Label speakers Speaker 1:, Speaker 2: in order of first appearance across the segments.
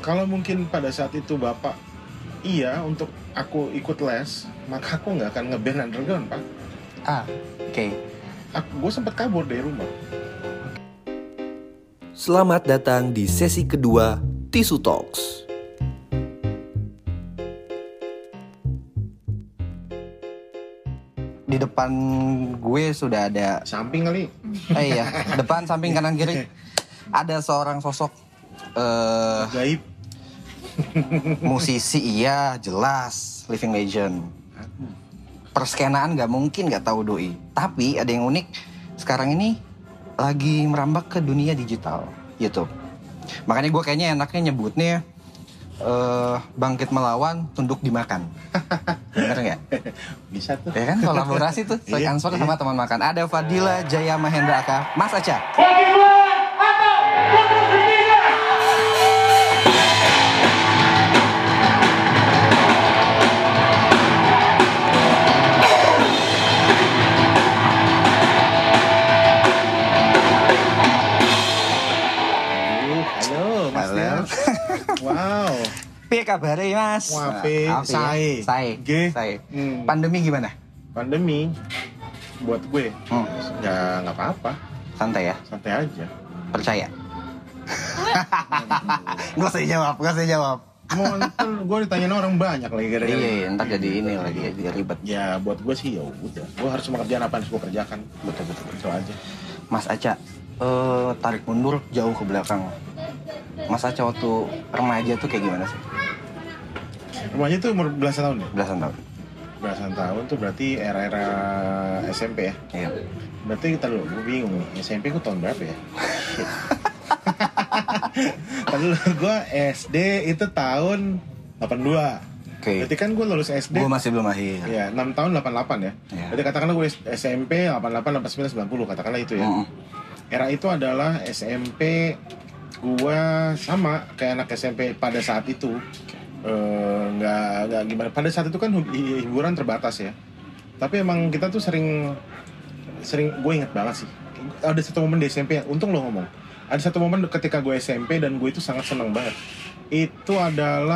Speaker 1: kalau mungkin pada saat itu bapak iya untuk aku ikut les maka aku nggak akan ngeband underground pak
Speaker 2: Ah, oke.
Speaker 1: aku gue sempat kabur dari rumah
Speaker 3: Selamat datang di sesi kedua Tisu Talks.
Speaker 2: Di depan gue sudah ada
Speaker 1: samping kali
Speaker 2: eh iya, depan samping kanan kiri ada seorang sosok eh
Speaker 1: gaib
Speaker 2: musisi iya jelas living legend perskenaan nggak mungkin nggak tahu doi tapi ada yang unik sekarang ini lagi merambah ke dunia digital YouTube makanya gue kayaknya enaknya nyebutnya eh bangkit melawan tunduk dimakan bener nggak
Speaker 1: bisa tuh
Speaker 2: ya kan kolaborasi tuh saya
Speaker 1: Iya,
Speaker 2: answer
Speaker 1: iya.
Speaker 2: sama teman makan ada Fadila Jaya Mahendra Aka Mas Aca
Speaker 1: Uh, halo mas
Speaker 2: Halo.
Speaker 1: Del wow
Speaker 2: Piye kabare Mas?
Speaker 1: Wape,
Speaker 2: Nah, apa ya?
Speaker 1: sae.
Speaker 2: Sae.
Speaker 1: Ge.
Speaker 2: Sae.
Speaker 1: Hmm.
Speaker 2: Pandemi gimana?
Speaker 1: pandemi buat gue
Speaker 2: Hmm,
Speaker 1: nggak nggak apa-apa
Speaker 2: santai ya.
Speaker 1: santai aja
Speaker 2: Percaya. Gak usah jawab, gak usah jawab.
Speaker 1: mau gue ditanyain orang banyak lagi gara-gara
Speaker 2: Iya, iya, ntar jadi ini lagi jadi ribet.
Speaker 1: ya buat gue sih ya udah gue harus mengerjakan apa yang harus gue kerjakan betul betul betul aja
Speaker 2: Mas Aca, eh, tarik mundur jauh ke belakang. Mas Aca waktu remaja tuh kayak gimana sih?
Speaker 1: remaja tuh umur belasan tahun ya
Speaker 2: Belasan tahun.
Speaker 1: belasan tahun tuh berarti era-era SMP ya
Speaker 2: Iya.
Speaker 1: berarti kita dulu gue bingung nih SMP gue tahun berapa ya Lalu gue SD itu tahun 82
Speaker 2: Oke.
Speaker 1: Berarti kan gue lulus SD
Speaker 2: Gue masih belum akhir.
Speaker 1: Ya, 6 tahun 88 ya.
Speaker 2: Iya.
Speaker 1: Berarti katakanlah gue SMP 88, 89, 90 katakanlah itu ya.
Speaker 2: Mm-mm.
Speaker 1: Era itu adalah SMP gua sama kayak anak SMP pada saat itu. Eh, nggak nggak gimana. Pada saat itu kan hub- hi- hiburan terbatas ya. Tapi emang kita tuh sering sering gue inget banget sih. Ada satu momen di SMP, ya, untung lo ngomong. Ada satu momen ketika gue SMP dan gue itu sangat seneng banget. Itu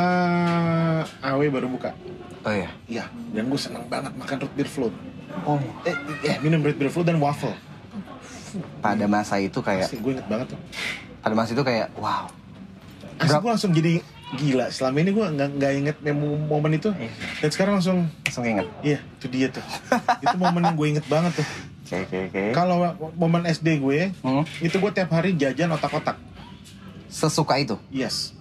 Speaker 1: adalah AW baru buka.
Speaker 2: Oh iya.
Speaker 1: Iya, dan gue seneng banget makan root beer float.
Speaker 2: Oh,
Speaker 1: Eh, eh, minum root beer float dan waffle.
Speaker 2: pada masa itu kayak
Speaker 1: Asli, gue inget banget tuh.
Speaker 2: pada masa itu kayak wow.
Speaker 1: Asli
Speaker 2: Berapa-
Speaker 1: gue langsung jadi gila. Selama ini gue nggak nggak inget memo- momen itu.
Speaker 2: Iya.
Speaker 1: Dan sekarang langsung,
Speaker 2: Langsung inget.
Speaker 1: iya, itu dia tuh. itu momen yang gue inget banget tuh.
Speaker 2: Oke, oke, oke.
Speaker 1: Kalau wa- momen SD gue,
Speaker 2: Hmm,
Speaker 1: itu gue tiap hari jajan otak-otak.
Speaker 2: Sesuka itu.
Speaker 1: Yes.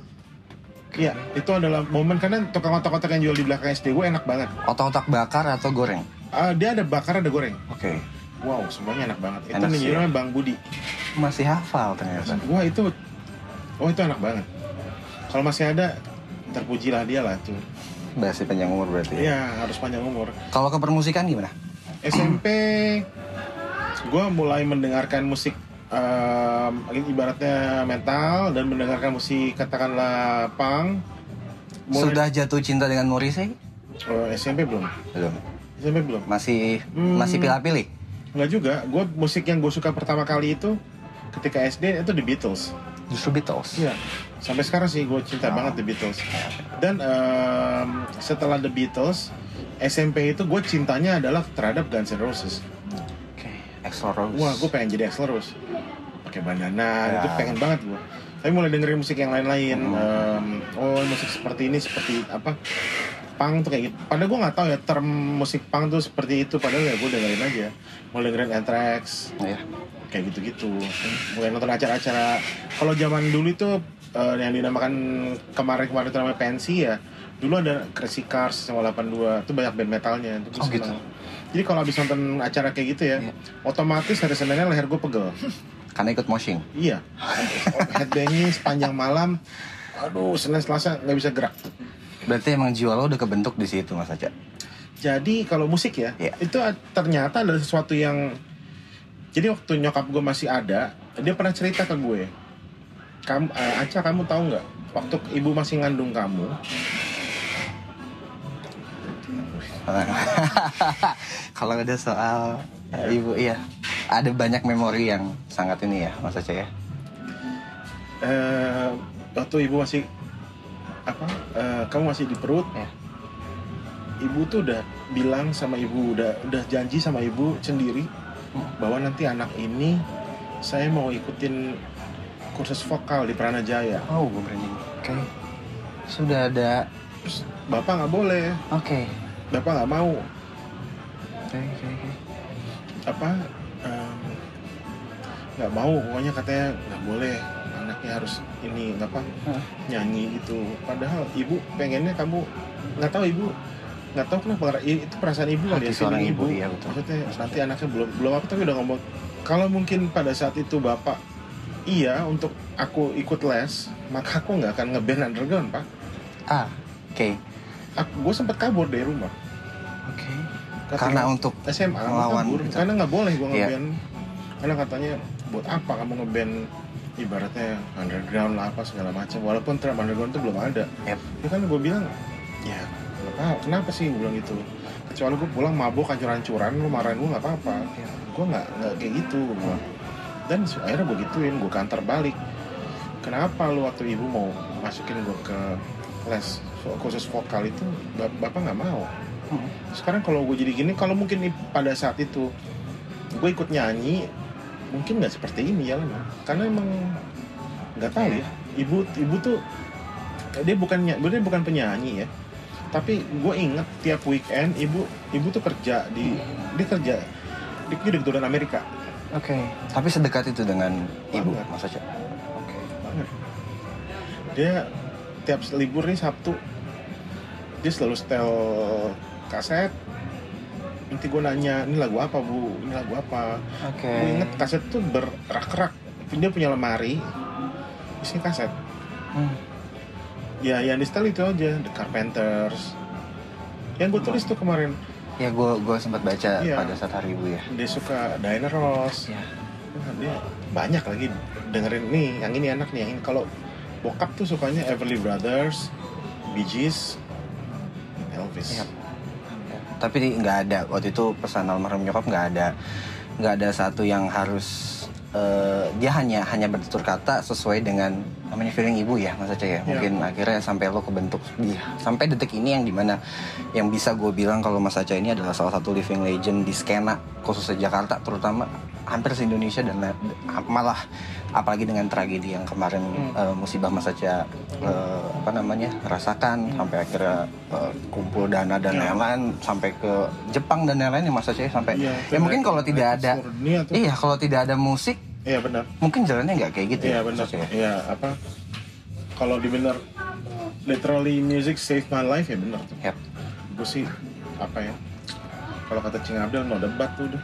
Speaker 1: Iya, itu adalah momen karena tukang otak-otak yang jual di belakang SD gue enak banget.
Speaker 2: Otak-otak bakar atau goreng?
Speaker 1: Ah, dia ada bakar, ada goreng.
Speaker 2: Oke.
Speaker 1: Wow, semuanya enak banget. Itu
Speaker 2: Enak sih,
Speaker 1: namanya Bang Budi.
Speaker 2: Masih hafal ternyata.
Speaker 1: Wah itu, oh itu enak banget. Kalau masih ada, terpujilah dia lah tuh.
Speaker 2: Masih panjang umur berarti. ya.
Speaker 1: Iya harus panjang umur.
Speaker 2: Kalau ke permusikan gimana?
Speaker 1: SMP, gue mulai mendengarkan musik em, ibaratnya metal dan mendengarkan musik katakanlah punk. Mulai-
Speaker 2: Sudah jatuh cinta dengan Morrissey?
Speaker 1: Oh, SMP belum,
Speaker 2: Belum.
Speaker 1: SMP belum.
Speaker 2: Masih
Speaker 1: Hmm.
Speaker 2: masih pilih-pilih.
Speaker 1: Enggak juga. Gue musik yang gue suka pertama kali itu ketika SD itu The Beatles.
Speaker 2: Justru Beatles.
Speaker 1: Iya. Sampai sekarang sih gue cinta
Speaker 2: Oh.
Speaker 1: banget The Beatles. Dan em, setelah The Beatles, SMP itu gue cintanya adalah terhadap Guns N' Roses.
Speaker 2: Oke. Axl Rose.
Speaker 1: Wah, gue pengen jadi Axl Rose. Pakai bandana,
Speaker 2: Ya.
Speaker 1: itu pengen banget gue. Tapi mulai dengerin musik yang lain-lain.
Speaker 2: Hmm.
Speaker 1: em, oh, musik seperti ini, seperti apa? Punk tuh kayak gitu. Padahal gue nggak tahu ya term musik punk tuh seperti itu. Padahal ya gue dengerin aja. Mulai dengerin Anthrax,
Speaker 2: Iya.
Speaker 1: kayak gitu-gitu mulai nonton acara-acara kalau zaman dulu itu eh, yang dinamakan kemarin-kemarin itu namanya pensi ya dulu ada Crazy Cars sama 82 itu banyak band metalnya itu gue
Speaker 2: Oh,
Speaker 1: seneng.
Speaker 2: gitu.
Speaker 1: jadi kalau habis nonton acara kayak gitu ya
Speaker 2: Iya.
Speaker 1: otomatis hari Seninnya leher gue pegel
Speaker 2: Karena ikut moshing.
Speaker 1: iya headbanging sepanjang malam aduh Senin Selasa nggak bisa gerak
Speaker 2: Berarti emang jiwa lo udah kebentuk di situ Mas Aca.
Speaker 1: jadi kalau musik ya
Speaker 2: Iya.
Speaker 1: itu a- ternyata ada sesuatu yang jadi waktu nyokap gue masih ada dia pernah cerita ke gue kamu eh, Aca kamu tahu nggak waktu ibu masih ngandung kamu
Speaker 2: Kalau ada soal eh, ibu iya. Ada banyak memori yang sangat ini ya Mas Aca ya.
Speaker 1: eh, waktu ibu masih apa eh, kamu masih di perut
Speaker 2: Ya.
Speaker 1: ibu tuh udah bilang sama ibu udah udah janji sama ibu sendiri
Speaker 2: Hmm.
Speaker 1: bahwa nanti anak ini saya mau ikutin kursus vokal di Pranajaya
Speaker 2: Oh, gue branding. Oke. Sudah ada.
Speaker 1: bapak nggak boleh
Speaker 2: Oke.
Speaker 1: bapak nggak mau
Speaker 2: Oke, oke, oke.
Speaker 1: apa em, nggak mau pokoknya katanya nggak boleh anaknya harus ini apa
Speaker 2: Hah.
Speaker 1: nyanyi gitu padahal ibu pengennya kamu nggak tahu ibu nggak tahu kenapa i- itu perasaan ibu kali
Speaker 2: Hati
Speaker 1: ya,
Speaker 2: seorang
Speaker 1: feeling
Speaker 2: ibu, iya, betul.
Speaker 1: maksudnya nanti anaknya belum belum apa tapi udah ngomong kalau mungkin pada saat itu bapak iya untuk aku ikut les maka aku nggak akan ngeband underground pak
Speaker 2: Ah, oke.
Speaker 1: aku gue sempet kabur dari rumah
Speaker 2: Oke.
Speaker 1: Kata-
Speaker 2: Karena untuk
Speaker 1: SMA gua
Speaker 2: Melawan
Speaker 1: kabur
Speaker 2: gitu.
Speaker 1: karena nggak boleh gue
Speaker 2: Iya.
Speaker 1: ngeband karena katanya buat apa kamu ngeband ibaratnya underground lah apa segala macam walaupun trap underground itu belum ada
Speaker 2: Yep.
Speaker 1: ya
Speaker 2: Iya.
Speaker 1: kan gue bilang ya nggak tahu kenapa sih gue bilang gitu kecuali gue pulang mabok hancur-hancuran lu marahin gue nggak apa-apa
Speaker 2: Iya.
Speaker 1: gue nggak nggak kayak gitu gua bilang. dan se- akhirnya gue gituin gue kantor balik kenapa lu waktu ibu mau masukin gue ke les so- khusus vokal itu bap- bapak nggak mau
Speaker 2: Hmm.
Speaker 1: sekarang kalau gue jadi gini kalau mungkin i- pada saat itu gue ikut nyanyi mungkin nggak seperti ini ya Lena. karena emang nggak tahu ya ibu ibu tuh dia bukan ny- dia bukan penyanyi ya tapi gue inget tiap weekend ibu ibu tuh kerja di dia kerja dia kerja di kedutaan Amerika
Speaker 2: Oke. Tapi sedekat itu dengan ibu,
Speaker 1: Banget.
Speaker 2: Mas Oce. Oke.
Speaker 1: banget. Dia tiap libur nih Sabtu dia selalu setel kaset. Nanti gue nanya ini lagu apa bu, ini lagu apa.
Speaker 2: Oke.
Speaker 1: Gue inget kaset tuh berrak-rak. Dia punya lemari isinya kaset.
Speaker 2: Hmm.
Speaker 1: Ya yang di setel itu aja The Carpenters. Yang gue tulis tuh kemarin
Speaker 2: Ya, gue gue sempat baca
Speaker 1: Iya.
Speaker 2: pada saat hari ibu ya.
Speaker 1: dia suka Diana Ross.
Speaker 2: Iya.
Speaker 1: Nah, dia banyak lagi dengerin nih yang ini enak nih yang ini kalau bokap tuh sukanya Everly Brothers, Bee Gees, Elvis.
Speaker 2: Yap. Tapi di- nggak ada waktu itu pesan almarhum nyokap nggak ada nggak ada satu yang harus eh, dia hanya hanya bertutur kata sesuai dengan namanya feeling ibu ya Mas Oce ya mungkin akhirnya sampai lo kebentuk di sampai detik ini yang dimana yang bisa gue bilang kalau Mas Oce ini adalah salah satu living legend di skena khususnya Jakarta terutama hampir se Indonesia dan la- malah apalagi dengan tragedi yang kemarin
Speaker 1: Hmm.
Speaker 2: eh, musibah Mas Oce eh, apa namanya rasakan sampai akhirnya eh, kumpul dana dan
Speaker 1: Iya.
Speaker 2: lain-lain sampai ke Jepang dan lain-lain ya Mas Oce sampai
Speaker 1: Iya,
Speaker 2: ya mungkin kalau tidak ada
Speaker 1: seluruh dunia tuh.
Speaker 2: iya kalau tidak ada musik
Speaker 1: Iya benar.
Speaker 2: mungkin jalannya nggak kayak gitu
Speaker 1: Iya
Speaker 2: ya Mas
Speaker 1: benar.
Speaker 2: Oce ya?
Speaker 1: Iya apa? Kalau dibener literally music saved my life ya benar tuh.
Speaker 2: Yap.
Speaker 1: Gue sih apa ya? Kalau kata Cing Abdul no debat tuh udah.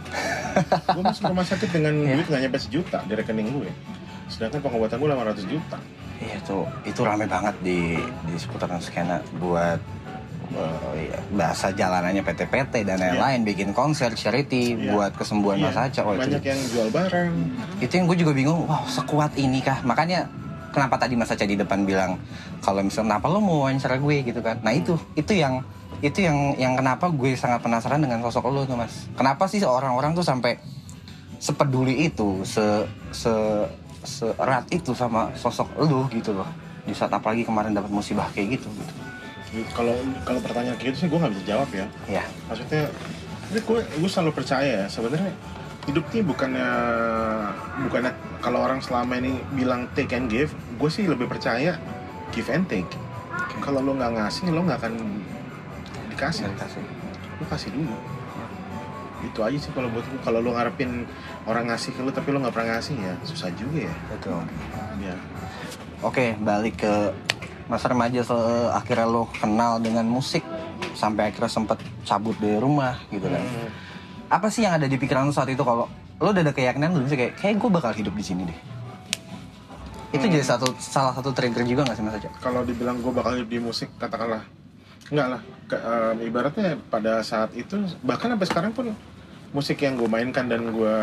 Speaker 1: gue masuk rumah sakit dengan
Speaker 2: Iya.
Speaker 1: duit nggak nyampe sejuta di rekening gue. Sedangkan pengobatan gue 800 juta.
Speaker 2: Iya tuh itu rame banget di di seputaran skena buat eh, ya, bahasa jalanannya PT-PT dan lain-lain bikin konser charity
Speaker 1: Iya.
Speaker 2: buat kesembuhan
Speaker 1: Iya,
Speaker 2: Mas Oce oh, itu
Speaker 1: banyak yang jual barang.
Speaker 2: itu yang gue juga bingung wow sekuat ini kah makanya kenapa tadi Mas Aca di depan bilang kalau misalnya kenapa lo mau wawancara gue gitu kan nah itu itu yang itu yang yang kenapa gue sangat penasaran dengan sosok lo tuh mas kenapa sih orang-orang tuh sampai sepeduli itu se se seerat itu sama sosok lo gitu loh di saat apalagi kemarin dapat musibah kayak gitu gitu
Speaker 1: Kalau kalau pertanyaan kayak gitu sih gue nggak bisa jawab ya.
Speaker 2: ya
Speaker 1: maksudnya ini gue gue selalu percaya ya sebenarnya hidup ini bukannya bukannya kalau orang selama ini bilang take and give gue sih lebih percaya give and take kalau lo nggak ngasih lo nggak akan dikasih
Speaker 2: terima kasih
Speaker 1: lo kasih dulu itu aja sih kalau buat gue kalau lo ngarepin orang ngasih ke lo tapi lo nggak pernah ngasih ya susah juga ya
Speaker 2: betul
Speaker 1: ya
Speaker 2: Oke, balik ke masa remaja se- akhirnya lo kenal dengan musik sampai akhirnya sempet cabut dari rumah gitu kan.
Speaker 1: Hmm.
Speaker 2: Apa sih yang ada di pikiran lo saat itu kalau lo udah ada keyakinan belum sih kayak kayak gue bakal hidup di sini deh. Itu
Speaker 1: Hmm.
Speaker 2: jadi satu salah satu trigger juga gak sih Mas Oce?
Speaker 1: kalau dibilang gue bakal hidup di musik katakanlah enggak lah Ke- em, ibaratnya pada saat itu bahkan sampai sekarang pun musik yang gue mainkan dan gue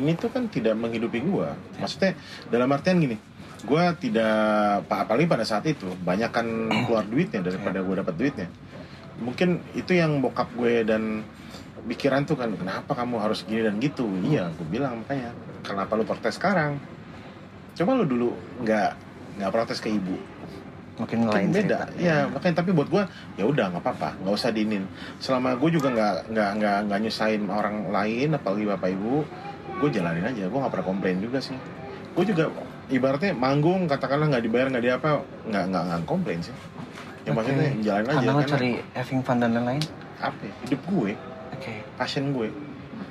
Speaker 1: ini tuh kan tidak menghidupi gue maksudnya dalam artian gini gue tidak pak apalagi pada saat itu banyak kan keluar duitnya daripada gue dapat duitnya mungkin itu yang bokap gue dan pikiran tuh kan kenapa kamu harus gini dan gitu iya gue bilang makanya kenapa lu protes sekarang coba lu dulu nggak nggak protes ke ibu
Speaker 2: Mungkin
Speaker 1: Mungkin
Speaker 2: lain
Speaker 1: beda
Speaker 2: cerita.
Speaker 1: ya makanya tapi buat gua ya udah nggak apa-apa nggak usah diinin selama gue juga nggak nggak nggak nggak nyusahin orang lain apalagi bapak ibu gue jalanin aja gue nggak pernah komplain juga sih gue juga ibaratnya manggung katakanlah nggak dibayar nggak diapa nggak nggak nggak komplain sih ya
Speaker 2: Oke.
Speaker 1: maksudnya jalanin aja
Speaker 2: Anda mau
Speaker 1: karena
Speaker 2: cari having fun dan lain-lain?
Speaker 1: apa ya, hidup gue
Speaker 2: Oke.
Speaker 1: passion gue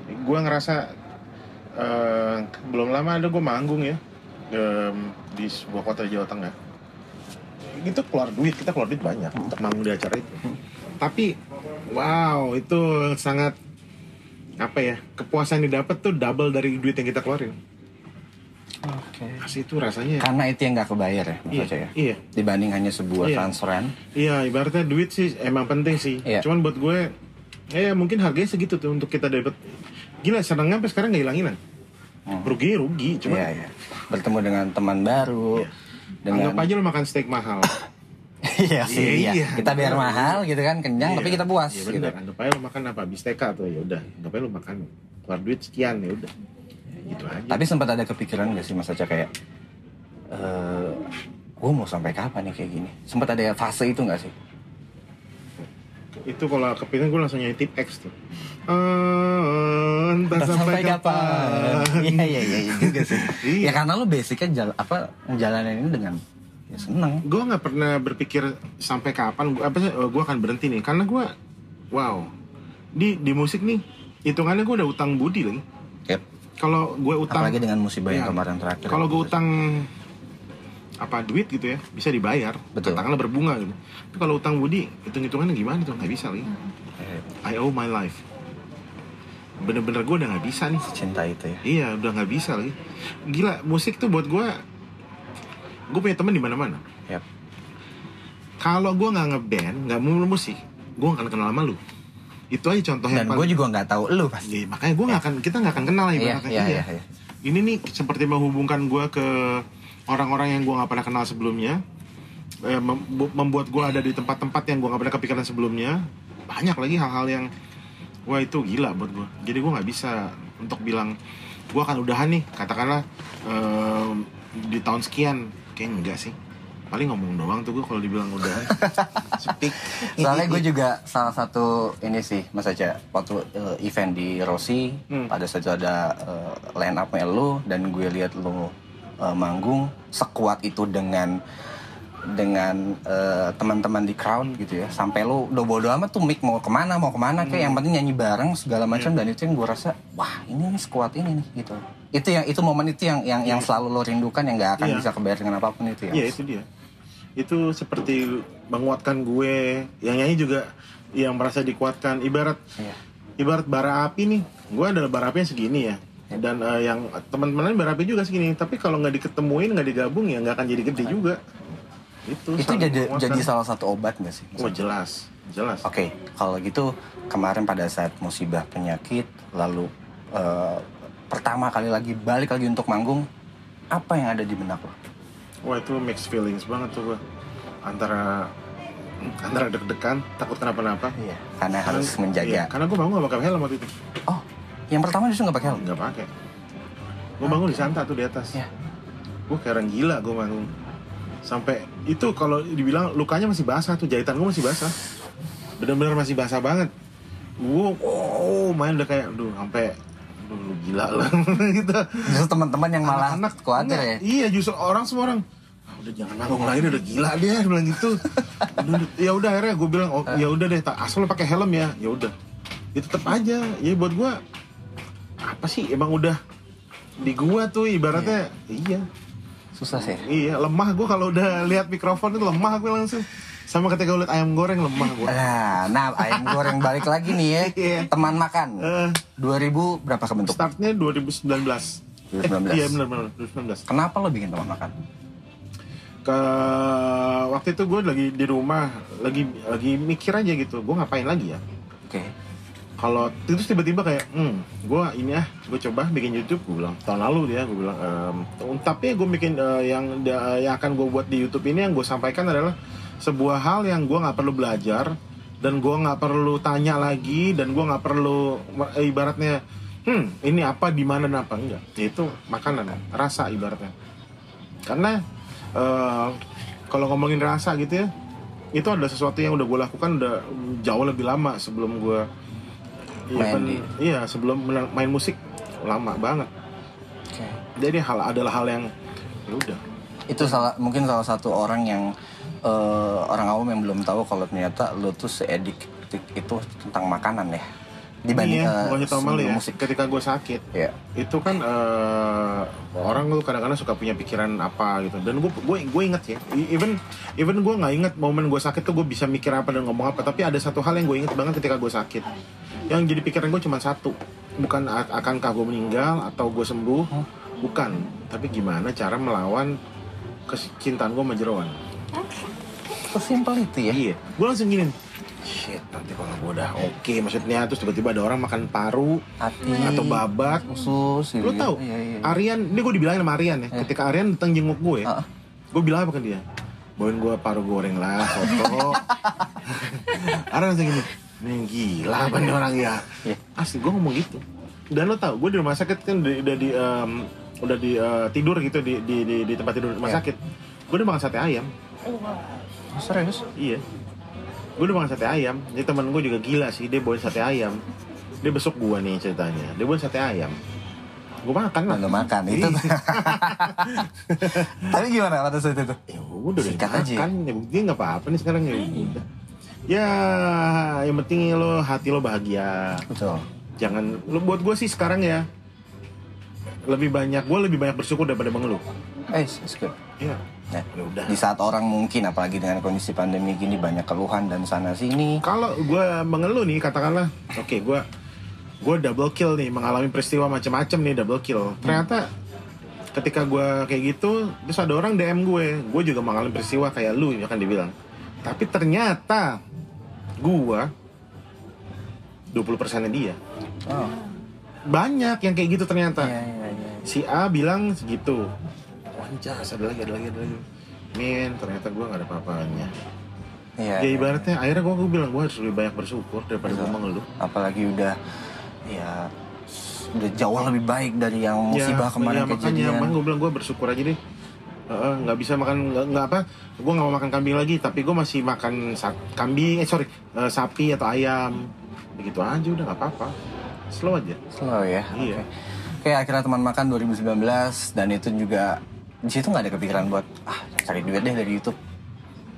Speaker 1: gue ngerasa eh, belum lama ada gue manggung ya em, di sebuah kota Jawa Tengah itu keluar duit kita keluar duit banyak untuk manggung di acara itu tapi wow itu sangat apa ya kepuasan yang didapat tuh double dari duit yang kita keluarin
Speaker 2: Oke.
Speaker 1: Pas itu rasanya
Speaker 2: Karena itu yang nggak kebayar ya, maksud
Speaker 1: iya
Speaker 2: saya.
Speaker 1: iya
Speaker 2: Dibanding hanya sebuah
Speaker 1: Iya.
Speaker 2: transferan.
Speaker 1: iya ibaratnya duit sih emang penting sih
Speaker 2: Iya.
Speaker 1: cuman buat gue ya mungkin harganya segitu tuh untuk kita dapat gila senangnya sampai sekarang nggak hilang hilang
Speaker 2: Hmm.
Speaker 1: rugi rugi cuman
Speaker 2: Iya, iya. Bertemu dengan teman baru,
Speaker 1: Iya.
Speaker 2: dengan
Speaker 1: Anggap aja lo makan steak mahal.
Speaker 2: Iya sih,
Speaker 1: Iya,
Speaker 2: iya.
Speaker 1: iya.
Speaker 2: Kita biar mahal gitu kan, kenyang
Speaker 1: Iya.
Speaker 2: tapi kita puas
Speaker 1: Iya
Speaker 2: gitu.
Speaker 1: benar. Anggap aja lo makan apa bisteka tuh ya udah. Anggap aja lo makan keluar duit sekian ya udah. Ya, Gitu aja.
Speaker 2: Iya, Tapi sempat ada kepikiran gak sih Mas Aca kayak eh gue mau sampai kapan nih kayak gini? Sempat ada fase itu gak sih?
Speaker 1: itu kalau kepikiran gue langsung nyanyi tip X tuh. Eh, entah sampai, kapan.
Speaker 2: Iya iya iya iya juga sih.
Speaker 1: Iya.
Speaker 2: Ya karena lu basicnya jal apa ngejalanin ini dengan ya seneng.
Speaker 1: Gue nggak pernah berpikir sampai kapan gue apa sih gue akan berhenti nih karena gue wow di di musik nih hitungannya gue udah utang budi lagi.
Speaker 2: Yep.
Speaker 1: Kalau gue utang
Speaker 2: Apalagi dengan musibah
Speaker 1: Iya.
Speaker 2: yang kemarin terakhir.
Speaker 1: kalau gue utang apa duit gitu ya bisa dibayar
Speaker 2: Betul.
Speaker 1: katakanlah berbunga gitu tapi kalau utang Budi hitung hitungannya gimana tuh nggak bisa lagi
Speaker 2: Eh,
Speaker 1: I owe my life bener-bener gue udah nggak bisa nih
Speaker 2: cinta itu ya.
Speaker 1: iya udah nggak bisa lagi gila musik tuh buat gue gue punya teman di mana-mana Iya,
Speaker 2: Yap.
Speaker 1: kalau gue nggak ngeband nggak mau musik gue nggak akan kenal sama lu itu aja contoh yang
Speaker 2: Dan gue
Speaker 1: paling
Speaker 2: juga nggak tahu lu pasti.
Speaker 1: Iya, makanya gue nggak akan kita nggak akan kenal
Speaker 2: Iya
Speaker 1: ibaratnya
Speaker 2: iya
Speaker 1: Iya
Speaker 2: iya. iya.
Speaker 1: ini nih seperti menghubungkan gue ke orang-orang yang gue nggak pernah kenal sebelumnya eh, mem- bu- membuat gue ada di tempat-tempat yang gue nggak pernah kepikiran sebelumnya banyak lagi hal-hal yang wah itu gila buat gue jadi gue nggak bisa untuk bilang gue akan udahan nih katakanlah em, di tahun sekian kayaknya enggak sih paling ngomong doang tuh gue kalau dibilang udahan speak Iya,
Speaker 2: Soalnya gue juga salah satu ini sih Mas Aja waktu eh, event di Rossi
Speaker 1: Hmm.
Speaker 2: pada saat itu ada eh, line up-nya lu dan gue lihat lu eh, manggung sekuat itu dengan dengan eh, teman-teman di crowd gitu ya sampai lu udah bodo amat tuh mic mau kemana mau kemana kayak
Speaker 1: Hmm.
Speaker 2: yang penting nyanyi bareng segala macam
Speaker 1: Iya.
Speaker 2: dan itu yang gue rasa wah ini nih sekuat ini nih gitu itu yang itu momen itu yang yang yang selalu lo rindukan yang gak akan
Speaker 1: Iya.
Speaker 2: bisa kebayar dengan apapun itu ya
Speaker 1: Iya itu dia. Itu seperti menguatkan gue. Yang nyanyi juga yang merasa dikuatkan. Ibarat
Speaker 2: Iya.
Speaker 1: ibarat bara api nih. Gue adalah bara api yang segini ya.
Speaker 2: Iya.
Speaker 1: Dan eh, yang teman-teman lain bara api juga segini. Tapi kalau nggak diketemuin nggak digabung ya nggak akan jadi gede juga. Itu.
Speaker 2: itu
Speaker 1: saling
Speaker 2: jadi
Speaker 1: menguatkan.
Speaker 2: jadi salah satu obat gak sih Mas
Speaker 1: Oh
Speaker 2: Aca?
Speaker 1: jelas jelas.
Speaker 2: Oke, kalau gitu kemarin pada saat musibah penyakit, lalu eh, pertama kali lagi balik lagi untuk manggung, apa yang ada di benak lo?
Speaker 1: Wah itu mixed feelings banget tuh gue. Antara antara deg-degan takut kenapa-napa.
Speaker 2: Iya. Karena
Speaker 1: Karena-
Speaker 2: harus menjaga.
Speaker 1: iya, karena gue bangun nggak pakai helm waktu itu.
Speaker 2: Oh, yang pertama justru nggak pakai helm.
Speaker 1: nggak pakai gue bangun di Santa tuh di atas
Speaker 2: Iya.
Speaker 1: gue kayak orang gila gue bangun sampai itu kalau dibilang lukanya masih basah tuh jahitan gue masih basah bener-bener masih basah banget gue oh main udah kayak aduh sampai aduh lu gila lah gitu
Speaker 2: Justru teman-teman yang malah
Speaker 1: Anak-anak,
Speaker 2: khawatir ya.
Speaker 1: enggak. iya justru orang semua orang "Ah, udah jangan nanggung lagi udah gila dia bilang gitu Udah, udah. ya udah akhirnya gue bilang oh, ya udah deh tak asal lo pakai helm ya ya udah ya tetap aja ya buat gue apa sih emang udah di gua tuh ibaratnya iya
Speaker 2: Susah sih.
Speaker 1: iya lemah gua kalau udah lihat mikrofon itu lemah gue langsung sama ketika gua lihat ayam goreng lemah gua
Speaker 2: Nah, nah ayam goreng balik lagi nih ya.
Speaker 1: Iya.
Speaker 2: Teman makan.
Speaker 1: Eh,
Speaker 2: 2000 berapa kebentuk?
Speaker 1: startnya 2019 Eh,
Speaker 2: 2019.
Speaker 1: iya benar benar 2019
Speaker 2: Kenapa lo bikin teman makan?
Speaker 1: ke waktu itu gue lagi di rumah lagi lagi mikir aja gitu gue ngapain lagi ya
Speaker 2: Oke.
Speaker 1: kalau terus tiba-tiba kayak hmm gue ini ah gue coba bikin YouTube gue bilang tahun lalu ya gue bilang ehm, tapi gue bikin eh, yang da- yang akan gue buat di YouTube ini yang gue sampaikan adalah sebuah hal yang gue nggak perlu belajar dan gue nggak perlu tanya lagi dan gue nggak perlu eh, ibaratnya hmm ini apa di mana dan apa enggak yaitu makanan rasa ibaratnya karena eh, kalau ngomongin rasa gitu ya itu ada sesuatu yang udah gue lakukan udah jauh lebih lama sebelum gue
Speaker 2: Main
Speaker 1: even-
Speaker 2: di-
Speaker 1: iya sebelum men- main musik lama banget
Speaker 2: Oke.
Speaker 1: jadi hal adalah hal yang ya udah
Speaker 2: itu salah mungkin salah satu orang yang eh, orang awam yang belum tahu kalau ternyata lu tuh seadiktif itu tentang makanan ya dibanding
Speaker 1: iya,
Speaker 2: eh,
Speaker 1: bukannya tau malu
Speaker 2: sebelum
Speaker 1: ya
Speaker 2: musik
Speaker 1: ketika gue sakit
Speaker 2: ya
Speaker 1: itu kan eh, orang tuh kadang-kadang suka punya pikiran apa gitu dan gue gue gue inget ya e- even even gue nggak inget momen gue sakit tuh gue bisa mikir apa dan ngomong apa tapi ada satu hal yang gue inget banget ketika gue sakit yang jadi pikiran gue cuma satu bukan a- akankah gue meninggal atau gue sembuh bukan tapi gimana cara melawan kecintaan gue sama jeroan
Speaker 2: sesimpel itu ya
Speaker 1: iya gue langsung gini shit nanti kalau gue udah oke maksudnya terus tiba-tiba ada orang makan paru
Speaker 2: hati
Speaker 1: Iya. atau babat
Speaker 2: khusus
Speaker 1: Lu tahu?
Speaker 2: iya, iya, iya.
Speaker 1: Arian, ini gue dibilangin sama Arian ya. Ketika Arian datang jenguk gue,
Speaker 2: Ah.
Speaker 1: gue bilang apa ke dia? Bawain gue paru goreng lah, soto. Arian langsung gini, "Nih, gila apa nih orang ya?
Speaker 2: Iya.
Speaker 1: Asli gue ngomong gitu. Dan lo tau, gue di rumah sakit kan udah, udah di em, udah di eh, tidur gitu di, di, di, di tempat tidur rumah
Speaker 2: Iya.
Speaker 1: sakit. Gue udah makan sate ayam,
Speaker 2: Oh, serius
Speaker 1: iya. Gue udah makan sate ayam. Jadi temen gue juga gila sih, dia bawain sate ayam. Dia besok gue nih ceritanya. Dia bawain sate ayam. Gue makan lah.
Speaker 2: belum makan itu
Speaker 1: Iya.
Speaker 2: tapi gimana pada saat itu
Speaker 1: ya udah
Speaker 2: Sikat
Speaker 1: udah
Speaker 2: aja
Speaker 1: makan ya buktinya nggak apa-apa nih sekarang ya udah. ya yang penting lo hati lo bahagia
Speaker 2: betul
Speaker 1: jangan lo buat gue sih sekarang ya lebih banyak gue lebih banyak bersyukur daripada mengeluh
Speaker 2: eh it's good
Speaker 1: ya
Speaker 2: Ya.
Speaker 1: Ya udah
Speaker 2: di saat orang mungkin apalagi dengan kondisi pandemi gini banyak keluhan dan sana sini
Speaker 1: kalau gue mengeluh nih katakanlah oke gue gue double kill nih mengalami peristiwa macam-macam nih double kill ternyata ketika gue kayak gitu terus ada orang dm gue gue juga mengalami peristiwa kayak lu ya kan dibilang tapi ternyata gue 20 persennya dia
Speaker 2: oh
Speaker 1: banyak yang kayak gitu ternyata
Speaker 2: iya iya iya
Speaker 1: si A bilang segitu wanjas ada lagi ada lagi ada lagi min ternyata gue gak ada apa-apanya
Speaker 2: iya
Speaker 1: ya ibaratnya akhirnya gue bilang gue harus lebih banyak bersyukur daripada gue
Speaker 2: Betul.
Speaker 1: mengeluh
Speaker 2: apalagi udah ya udah jauh lebih baik dari yang musibah
Speaker 1: ya,
Speaker 2: kemarin
Speaker 1: makanya
Speaker 2: kejadian.
Speaker 1: makanya gue bilang gue bersyukur aja deh Heeh, nggak bisa makan nggak nggak apa gue nggak mau makan kambing lagi tapi gue masih makan sa- kambing eh sorry eh, sapi atau ayam begitu aja udah nggak apa-apa slow aja
Speaker 2: Slow ya.
Speaker 1: Iya.
Speaker 2: Oke. Oke, akhirnya teman makan 2019 dan itu juga di situ nggak ada kepikiran buat ah cari duit deh dari YouTube.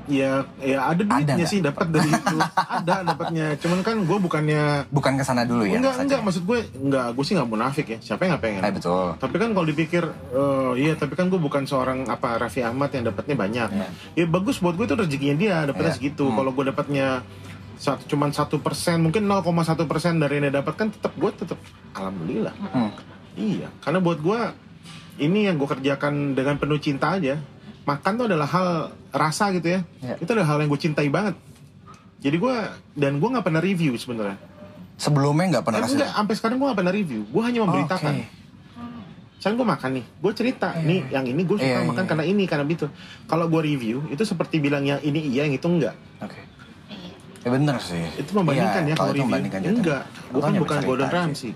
Speaker 1: ya ya ada duitnya
Speaker 2: nggak?
Speaker 1: sih dapat dari itu ada dapatnya cuman kan gue bukannya
Speaker 2: Bukan ke sana dulu ya.
Speaker 1: enggak
Speaker 2: saja.
Speaker 1: enggak maksud gue enggak gue sih nggak munafik ya siapa yang nggak pengen
Speaker 2: Eh, betul.
Speaker 1: Tapi kan kalau dipikir, eh, iya tapi kan gue bukan seorang apa Raffi Ahmad yang dapatnya banyak.
Speaker 2: Iya.
Speaker 1: Ya bagus buat gue itu rezekinya dia dapatnya
Speaker 2: Iya.
Speaker 1: segitu. Kalau gue dapatnya satu cuman satu persen mungkin 0,1 persen dari yang dia dapat kan tetap gue tetap alhamdulillah.
Speaker 2: Hmm.
Speaker 1: Iya, karena buat gue ini yang gue kerjakan dengan penuh cinta aja. Makan tuh adalah hal rasa gitu ya.
Speaker 2: Iya.
Speaker 1: Itu adalah hal yang gue cintai banget. Jadi gue dan gue nggak pernah review sebenarnya.
Speaker 2: Sebelumnya nggak pernah
Speaker 1: Eh,
Speaker 2: kasih. Oh,
Speaker 1: enggak, kan? sampai sekarang gue nggak pernah review. Gue hanya memberitakan
Speaker 2: Oke.
Speaker 1: misalnya gue makan nih, gue cerita nih yang ini gue suka
Speaker 2: Iya, iya,
Speaker 1: makan
Speaker 2: iya.
Speaker 1: karena ini karena itu. Kalau gue review itu seperti bilang yang ini iya yang itu enggak.
Speaker 2: Oke. Ya bener sih.
Speaker 1: Itu membandingkan
Speaker 2: Iya,
Speaker 1: ya kalau
Speaker 2: itu
Speaker 1: review.
Speaker 2: membandingkan dia.
Speaker 1: enggak, gue kan
Speaker 2: Contohnya
Speaker 1: bukan
Speaker 2: bercerita
Speaker 1: Gordon
Speaker 2: aja.
Speaker 1: Ramsay.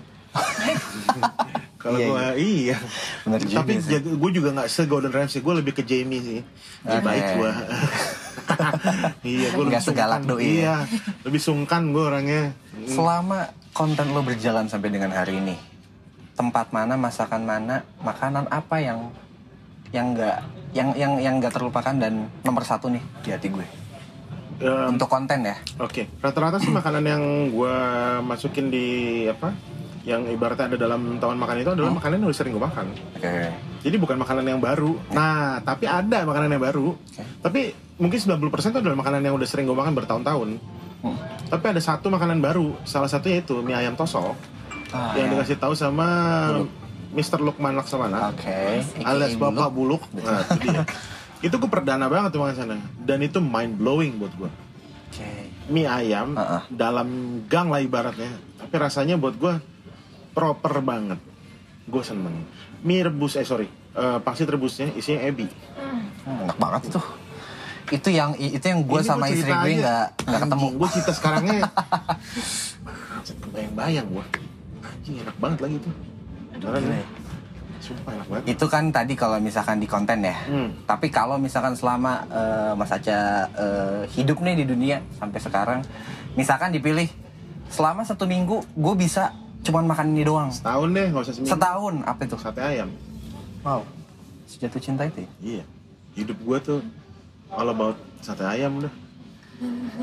Speaker 1: kalau
Speaker 2: Iya,
Speaker 1: gue iya,
Speaker 2: Bener juga
Speaker 1: tapi
Speaker 2: sih.
Speaker 1: gue juga nggak se Gordon Ramsay, gue lebih ke Jamie sih. Lebih
Speaker 2: Oke.
Speaker 1: baik gue. iya, gue lebih
Speaker 2: Nggak segalak
Speaker 1: sungkan.
Speaker 2: doi ya.
Speaker 1: Iya, lebih sungkan gue orangnya.
Speaker 2: Selama konten lo berjalan sampai dengan hari ini, tempat mana, masakan mana, makanan apa yang yang nggak yang yang yang nggak terlupakan dan nomor satu nih di hati gue
Speaker 1: Em,
Speaker 2: untuk konten ya.
Speaker 1: Oke, rata-rata sih makanan yang gua masukin di apa? Yang ibaratnya ada dalam tahun makan itu
Speaker 2: Hmm.
Speaker 1: adalah makanan yang udah sering gua makan.
Speaker 2: Oke.
Speaker 1: Jadi bukan makanan yang baru. Nah, tapi ada makanan yang baru. Tapi mungkin 90% itu adalah makanan yang udah sering gua makan bertahun-tahun.
Speaker 2: Hmm.
Speaker 1: Tapi ada satu makanan baru, salah satunya itu mie ayam tosok
Speaker 2: Ah,
Speaker 1: yang
Speaker 2: ya.
Speaker 1: dikasih tahu sama Mr. Lukman Laksamana
Speaker 2: Oke.
Speaker 1: alias
Speaker 2: AKA
Speaker 1: bapak
Speaker 2: Buluk.
Speaker 1: buluk, Nah, itu dia. itu gue perdana banget tuh makan sana dan itu mind blowing buat gua
Speaker 2: Oke.
Speaker 1: mie ayam
Speaker 2: Ah, ah.
Speaker 1: dalam gang lah ibaratnya tapi rasanya buat gue proper banget gue seneng mie rebus eh sorry eh, pasti rebusnya isinya ebi
Speaker 2: Hmm, Enak banget itu. Itu yang itu yang gue sama istri gue nggak nggak ketemu.
Speaker 1: gue cerita sekarangnya bayang bayang gue anjing enak banget lagi itu Beneran
Speaker 2: Gila
Speaker 1: ya.
Speaker 2: ya.
Speaker 1: Sumpah enak banget.
Speaker 2: Itu kan tadi kalau misalkan di konten ya.
Speaker 1: Hmm.
Speaker 2: Tapi kalau misalkan selama eh, Mas Aca eh, hidup nih di dunia sampai sekarang, misalkan dipilih selama satu minggu gue bisa cuman makan ini doang.
Speaker 1: Setahun deh, nggak usah seminggu.
Speaker 2: Setahun apa itu?
Speaker 1: Sate ayam.
Speaker 2: Wow. Sejatuh cinta itu ya?
Speaker 1: Iya. Hidup gua tuh all about sate ayam udah.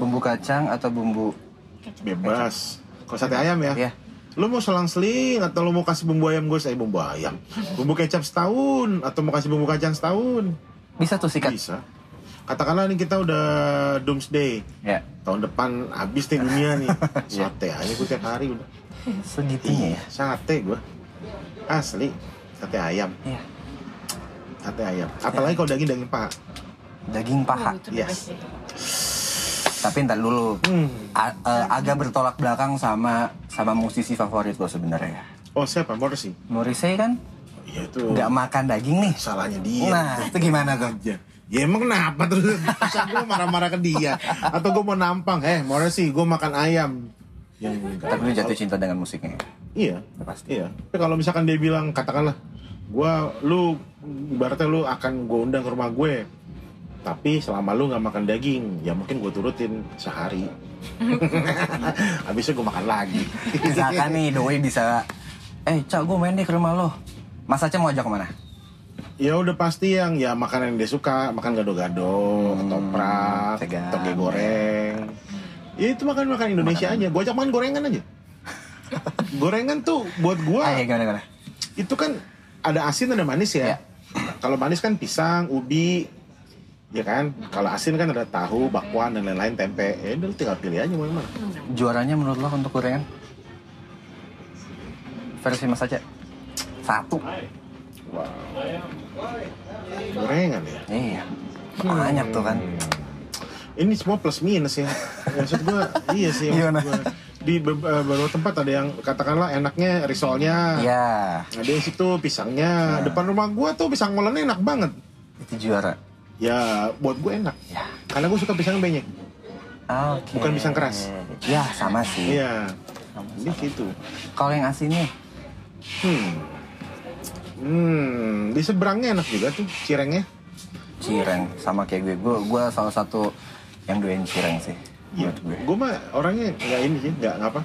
Speaker 2: Bumbu kacang atau bumbu
Speaker 1: Bebas. Kalau sate ayam ya.
Speaker 2: ya?
Speaker 1: Lu mau selang-seling atau lu mau kasih bumbu ayam gue saya bumbu ayam. Bumbu kecap setahun atau mau kasih bumbu kacang setahun.
Speaker 2: Bisa tuh sikat.
Speaker 1: Bisa. Katakanlah nih kita udah doomsday.
Speaker 2: Ya.
Speaker 1: Tahun depan habis nih dunia nih.
Speaker 2: Iya.
Speaker 1: Sate aja gue tiap hari udah.
Speaker 2: Segitunya ya.
Speaker 1: Sate gua. Asli. Sate ayam.
Speaker 2: Iya.
Speaker 1: Sate ayam. Apalagi kalau daging daging paha.
Speaker 2: Daging paha.
Speaker 4: Oh, itu the
Speaker 1: Ah, Yes.
Speaker 4: best sih.
Speaker 2: Tapi ntar dulu. A- eh, agak bertolak belakang sama sama musisi favorit gue sebenarnya.
Speaker 1: Oh siapa? Morrissey.
Speaker 2: Morrissey kan
Speaker 1: Ya itu
Speaker 2: nggak makan daging nih.
Speaker 1: salahnya dia.
Speaker 2: Nah, itu gimana tuh?
Speaker 1: Ya, ya emang kenapa terus? Masa gue marah-marah ke dia? Atau gue mau nampang? Eh, Morrissey, gue makan ayam. Ya, enggak.
Speaker 2: Tapi lu jatuh cinta dengan musiknya.
Speaker 1: Iya,
Speaker 2: Ya, Pasti.
Speaker 1: iya. Tapi kalau misalkan dia bilang, katakanlah, gue, lu, ibaratnya lu akan gue undang ke rumah gue. Tapi selama lu nggak makan daging, ya mungkin gue turutin sehari. Habisnya gue makan lagi.
Speaker 2: Misalkan nih Doi bisa Eh, Cak, gue main deh ke rumah lo. Mas Aceh mau ajak kemana?
Speaker 1: Ya udah pasti yang ya makanan yang dia suka, makan
Speaker 2: Hmm,
Speaker 1: gado-gado, ketoprak,
Speaker 2: segar.
Speaker 1: toge goreng. Ya itu makan makan Indonesia aja. Gua ajak makan gorengan aja. gorengan tuh buat
Speaker 2: Ah, ya,
Speaker 1: gua
Speaker 2: gimana, gimana?
Speaker 1: itu kan ada asin ada manis ya.
Speaker 2: Iya.
Speaker 1: Kalau manis kan pisang, ubi, ya kan.
Speaker 2: Hmm.
Speaker 1: Kalau asin kan ada tahu, bakwan dan lain-lain, tempe. Ya udah lu tinggal pilih aja mau yang mana.
Speaker 2: Juaranya menurut lo untuk gorengan? Versi Mas Aceh? Satu.
Speaker 1: Wow. Gorengan ya.
Speaker 2: Iya. Banyak tuh kan.
Speaker 1: Hmm. ini semua plus minus ya maksud gua iya sih
Speaker 2: Gimana?
Speaker 1: maksud gua. di be- eh, beberapa tempat ada yang katakanlah enaknya risolnya
Speaker 2: Iya,
Speaker 1: ada yang situ pisangnya depan rumah gua tuh pisang molennya enak banget
Speaker 2: itu juara.
Speaker 1: ya buat gua enak
Speaker 2: Ya.
Speaker 1: karena gua suka pisang benyek
Speaker 2: Oke.
Speaker 1: Bukan pisang keras.
Speaker 2: Ya, sama sih.
Speaker 1: iya ini gitu
Speaker 2: Kalau yang asinnya,
Speaker 1: hmm hmm di seberangnya enak juga tuh cirengnya
Speaker 2: cireng sama kayak gue. Gue gue salah satu yang doain cireng sih.
Speaker 1: Iya,
Speaker 2: Menurut gue.
Speaker 1: gua mah orangnya nggak ini sih, nggak nggak apa,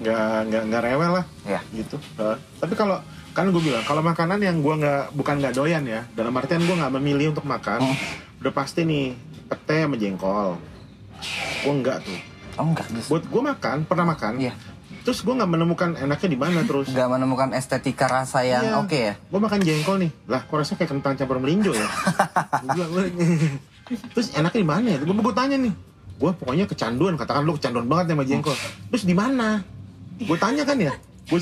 Speaker 1: nggak nggak nggak rewel lah,
Speaker 2: Iya.
Speaker 1: gitu. Heeh. tapi kalau kan gue bilang kalau makanan yang gua nggak bukan nggak doyan ya, dalam artian gua nggak memilih untuk makan,
Speaker 2: Hmm.
Speaker 1: udah pasti nih pete sama jengkol, gua nggak tuh.
Speaker 2: Oh enggak, Gus.
Speaker 1: Buat gua makan pernah makan,
Speaker 2: Iya.
Speaker 1: terus gua nggak menemukan enaknya di mana terus.
Speaker 2: Enggak menemukan estetika rasa yang
Speaker 1: Iya.
Speaker 2: oke ya.
Speaker 1: Gua makan jengkol nih, lah kok rasanya kayak kentang campur melinjo ya. Gua bilang, "Wah, Terus enaknya di mana ya? Gue gue tanya nih, gua pokoknya kecanduan, katakan lu kecanduan banget ya sama jengkol. Terus di mana? Gue tanya kan ya, gua,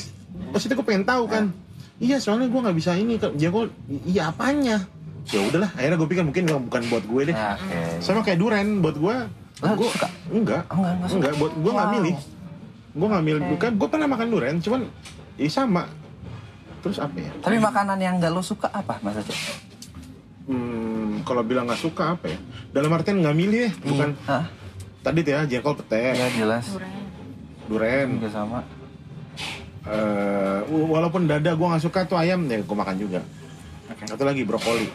Speaker 1: terus itu gue pengen tahu kan. Iya soalnya gua nggak bisa ini ke- jengkol, i- iya apanya? Ya udahlah, akhirnya gue pikir mungkin nggak- bukan buat gue deh.
Speaker 2: Nah, Oke.
Speaker 1: Sama kayak duren buat gua
Speaker 2: Lah,
Speaker 1: gua
Speaker 2: suka?
Speaker 1: enggak.
Speaker 2: Oh, enggak, enggak suka.
Speaker 1: Enggak, buat gua enggak
Speaker 2: Wow.
Speaker 1: milih. Gua enggak milih. Bukan gua pernah makan duren, cuman ya sama. Terus apa ya?
Speaker 2: Tapi makanan yang enggak lo suka apa, Mas Aceh?
Speaker 1: Hmm, kalau bilang nggak suka apa ya? Dalam artian nggak milih deh, bukan
Speaker 2: Iya. Hah?
Speaker 1: tadi tuh ya jengkol
Speaker 2: Iya
Speaker 1: pete,
Speaker 2: jelas.
Speaker 4: Kurang.
Speaker 1: duren.
Speaker 2: Juga sama.
Speaker 1: eh, walaupun dada gua nggak suka tuh ayam ya gua makan juga. Satu lagi brokoli.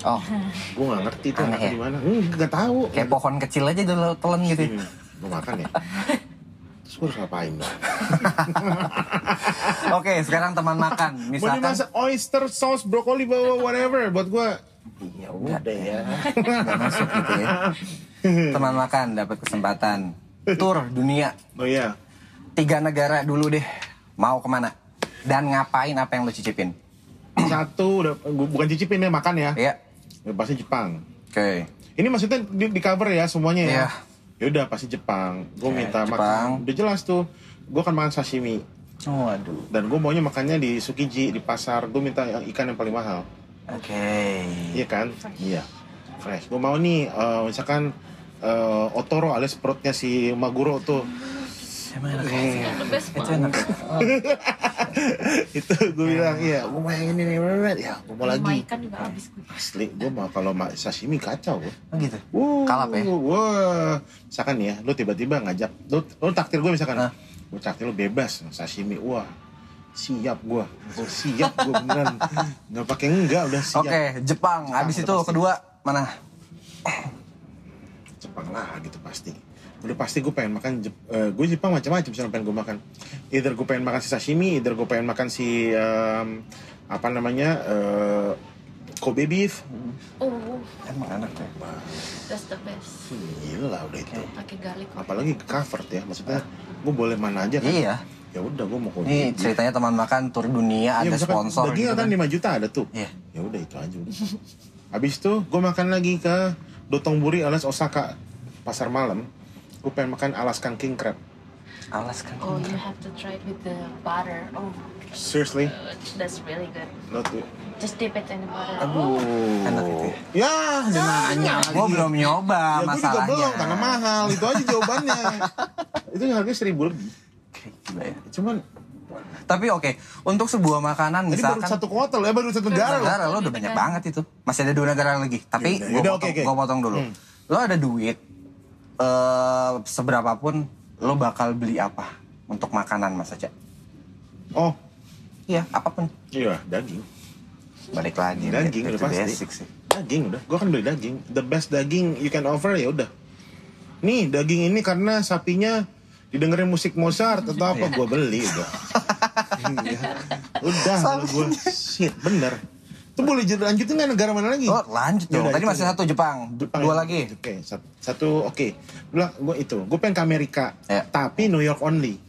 Speaker 2: Oh,
Speaker 1: Gua nggak ngerti tuh
Speaker 2: Aneh
Speaker 1: enaknya
Speaker 2: ya?
Speaker 1: di mana. Hmm, nggak tahu.
Speaker 2: kayak pohon kecil aja dulu telan gitu.
Speaker 1: Ini, gua makan ya. Terus gua harus ngapain? dong?
Speaker 2: Oke, sekarang teman makan.
Speaker 1: Mau
Speaker 2: Misalkan
Speaker 1: dimasak oyster sauce brokoli bawa whatever buat gua.
Speaker 2: ya
Speaker 1: Udah
Speaker 2: udah
Speaker 1: ya.
Speaker 2: nggak masuk gitu ya. Teman makan dapat kesempatan tur dunia
Speaker 1: Oh iya.
Speaker 2: tiga negara dulu deh. Mau kemana? Dan ngapain apa yang lo cicipin?
Speaker 1: Satu udah gua- bukan cicipin ya makan ya.
Speaker 2: Iya.
Speaker 1: Ya, pasti Jepang.
Speaker 2: Oke.
Speaker 1: Ini maksudnya di, di cover ya semuanya ya.
Speaker 2: Iya.
Speaker 1: Yaudah pasti Jepang. Gue
Speaker 2: Oke,
Speaker 1: minta
Speaker 2: Jepang.
Speaker 1: makan. Udah jelas tuh. Gue akan makan sashimi
Speaker 2: Oh, aduh.
Speaker 1: dan gue maunya makannya di Sukiji di pasar. Gue minta yang ikan yang paling mahal.
Speaker 2: Oke.
Speaker 1: Iya kan? Iya. Fresh. Gue mau nih eh, misalkan eh, otoro alias perutnya si Maguro tuh.
Speaker 2: Emang
Speaker 1: Iya.
Speaker 2: enak ya?
Speaker 4: The best
Speaker 2: Itu enak.
Speaker 1: Itu gue bilang iya. Gue mau yang ini nih. blablabla." Ya gue mau
Speaker 4: Rumah
Speaker 1: lagi.
Speaker 4: ikan kan juga habis gue.
Speaker 1: Asli gue mau kalau ma- sashimi kacau gue.
Speaker 2: Oh, gitu.
Speaker 1: Wuh,
Speaker 2: Kalap ya?
Speaker 1: Wah, misalkan nih ya, lu tiba-tiba ngajak, lu, lu takdir gue misalkan,
Speaker 2: Hah?
Speaker 1: gue takdir lu bebas sashimi, wah siap gua oh, siap gua beneran nggak pakai enggak udah siap
Speaker 2: Oke, Jepang.
Speaker 1: Jepang,
Speaker 2: Habis
Speaker 1: udah
Speaker 2: itu
Speaker 1: pasti.
Speaker 2: kedua mana?
Speaker 1: Jepang lah gitu pasti udah pasti gue pengen makan Jep- eh, gue Jepang macam-macam sih yang pengen gue makan either gue pengen makan si sashimi either gue pengen makan si em, apa namanya eh, Kobe beef
Speaker 4: Oh,
Speaker 2: Emang enak ya.
Speaker 4: that's the best.
Speaker 1: gila udah itu
Speaker 4: Pakai garlic.
Speaker 1: apalagi covered ya maksudnya gue boleh mana aja kan
Speaker 2: Iya.
Speaker 1: ya udah gue mau Kobe
Speaker 2: Ini ceritanya teman makan tur dunia
Speaker 1: Iya,
Speaker 2: ada sponsor
Speaker 1: dagingnya
Speaker 2: gitu kan.
Speaker 1: kan 5 juta ada tuh
Speaker 2: Iya.
Speaker 1: ya udah itu aja udah. habis itu gue makan lagi ke Dotongburi alias Osaka pasar malam gue pengen makan Alaskan King Crab
Speaker 2: Alas kan.
Speaker 4: Oh, you have to try it with the butter. Oh,
Speaker 1: seriously
Speaker 4: uh, that's really good.
Speaker 1: not it.
Speaker 4: Just dip it in the butter.
Speaker 2: Aduh, enak itu. ya.
Speaker 1: ya nanya
Speaker 2: Gua belum nyoba
Speaker 1: iya. ya gue juga
Speaker 2: masalahnya.
Speaker 1: belum karena mahal itu aja jawabannya itu harganya seribu lebih
Speaker 2: Oke, gila ya.
Speaker 1: cuman
Speaker 2: Tapi oke, untuk sebuah makanan
Speaker 1: tadi baru
Speaker 2: misalkan
Speaker 1: satu kota loh ya baru satu negara loh
Speaker 2: negara lo udah banyak banget itu. Masih ada dua negara lagi. Tapi
Speaker 1: Yaudah,
Speaker 2: gue
Speaker 1: yaudah,
Speaker 2: potong,
Speaker 1: oke, oke.
Speaker 2: gua potong dulu.
Speaker 1: Hmm.
Speaker 2: Lo ada duit eh seberapapun lo bakal beli apa untuk makanan Mas Aja?
Speaker 1: oh
Speaker 2: Iya, apapun.
Speaker 1: iya daging
Speaker 2: Balik lagi.
Speaker 1: Daging,
Speaker 2: back
Speaker 1: udah
Speaker 2: to
Speaker 1: pasti.
Speaker 2: Iya, basic sih.
Speaker 1: daging udah gue kan beli daging the best daging you can offer ya udah nih daging ini karena sapinya didengerin musik Mozart atau apa gue beli udah Iya. udah gue shit bener itu boleh jadi- lanjutin nggak negara mana lagi
Speaker 2: Oh, lanjut dong.
Speaker 1: Yaudah,
Speaker 2: Tadi
Speaker 1: itu
Speaker 2: masih
Speaker 1: aja.
Speaker 2: satu Jepang, du-
Speaker 1: Jepang.
Speaker 2: dua lagi.
Speaker 1: oke sat- satu oke Lah, gue itu gue pengen ke Amerika
Speaker 2: Ya.
Speaker 1: tapi New York only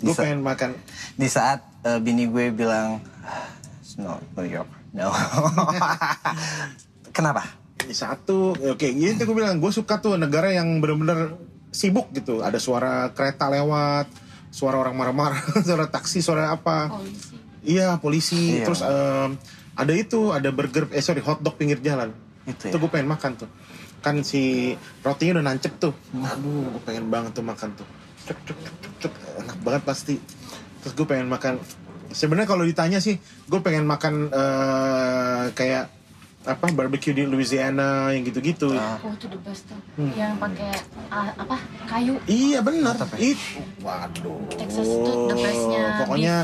Speaker 1: gue
Speaker 2: Bisa.
Speaker 1: pengen makan
Speaker 2: Di saat eh, bini gue bilang, "Ah, it's not New York, no. Kenapa?
Speaker 1: Ini satu oke gitu gue bilang gue suka tuh negara yang bener-bener sibuk gitu ada suara kereta lewat suara orang marah-marah suara taksi suara apa
Speaker 4: Oh, you see.
Speaker 1: iya polisi
Speaker 2: Iya.
Speaker 1: terus em, ada itu ada burger eh sorry hotdog pinggir jalan
Speaker 2: Itu ya.
Speaker 1: itu gue pengen makan tuh kan si rotinya udah nancep tuh aduh gue pengen banget tuh makan tuh Cuk, cuk, cuk, cuk, cuk. enak banget pasti terus gue pengen makan sebenarnya kalau ditanya sih gue pengen makan eh, kayak apa barbecue di Louisiana yang gitu-gitu
Speaker 4: Oh, itu the best tuh.
Speaker 1: Hmm.
Speaker 4: Yang pakai ah, apa? Kayu.
Speaker 1: iya benar itu waduh
Speaker 4: Texas tuh the bestnya
Speaker 1: pokoknya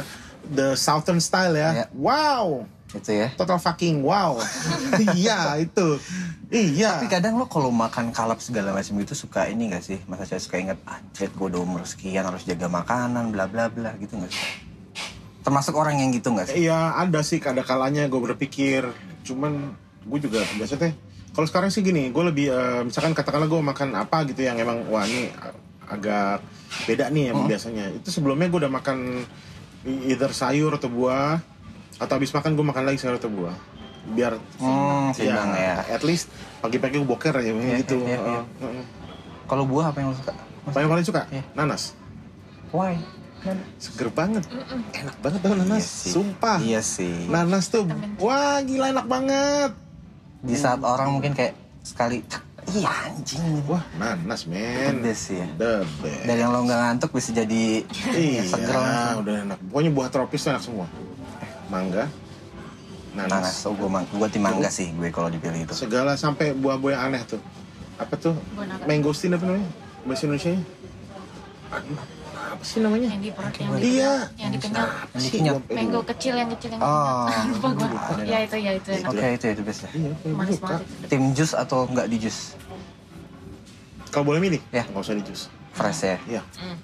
Speaker 1: the Southern style ya
Speaker 2: Iya.
Speaker 1: wow
Speaker 2: Itu ya.
Speaker 1: total fucking wow iya itu iya
Speaker 2: Tapi kadang lo kalau makan kalap segala macam gitu suka ini gak sih? Masa saya suka ingat, anjir gue udah umur sekian harus jaga makanan, bla bla bla gitu gak sih? Termasuk orang yang gitu gak sih?
Speaker 1: Iya ada sih ada kalanya gue berpikir cuman gue juga biasanya teh kalau sekarang sih gini gue lebih eh, misalkan katakanlah gue makan apa gitu yang emang wah ini a- agak beda nih
Speaker 2: Oh.
Speaker 1: emang biasanya itu sebelumnya gue udah makan i- either sayur atau buah atau habis makan gue makan lagi sayur atau buah biar
Speaker 2: Hmm, seimbang ya.
Speaker 1: at least pagi-pagi gue boker ya gitu
Speaker 2: iya, iya.
Speaker 1: Eh, eh.
Speaker 2: Kalau buah apa yang lo suka? Mas,
Speaker 1: Apa yang paling suka
Speaker 2: Iya.
Speaker 1: nanas
Speaker 2: Why?
Speaker 1: Nah, seger banget enak banget tuh nanas
Speaker 2: sih.
Speaker 1: sumpah Nah,
Speaker 2: Iya sih.
Speaker 1: nanas tuh wah gila enak banget
Speaker 2: Di saat orang mungkin kayak sekali, iya anjing.
Speaker 1: Wah, nanas men.
Speaker 2: Pedes ya.
Speaker 1: The best.
Speaker 2: Dari yang lo nggak ngantuk bisa jadi
Speaker 1: Iya,
Speaker 2: seger langsung.
Speaker 1: udah enak. Pokoknya buah tropis tuh enak semua. Mangga, nanas,
Speaker 2: Nanas, oh gue mang, gue tim mangga sih gue kalau dipilih itu.
Speaker 1: segala sampai buah-buah yang aneh tuh. Apa tuh?
Speaker 4: Buah naga.
Speaker 1: Mangosteen apa namanya? Bahasa Indonesia nya? Apa sih namanya?
Speaker 4: Yang di perut yang di
Speaker 1: Iya.
Speaker 4: yang dipenyot.
Speaker 1: Apa sih?
Speaker 2: Kenyot.
Speaker 1: Gua-
Speaker 4: Mango kecil yang kecil yang
Speaker 2: Oh.
Speaker 1: Ah.
Speaker 4: dipenyot. Lupa gua.
Speaker 2: Ada.
Speaker 4: Ya itu ya itu enak.
Speaker 2: Oke itu ya itu best ya.
Speaker 1: Iya, gua
Speaker 4: Manis
Speaker 1: suka.
Speaker 4: banget itu.
Speaker 2: Tim jus atau nggak di jus?
Speaker 1: Kalau boleh milih,
Speaker 2: Ya.
Speaker 1: nggak usah di jus.
Speaker 2: Fresh ya.
Speaker 1: Iya.
Speaker 4: Hmm.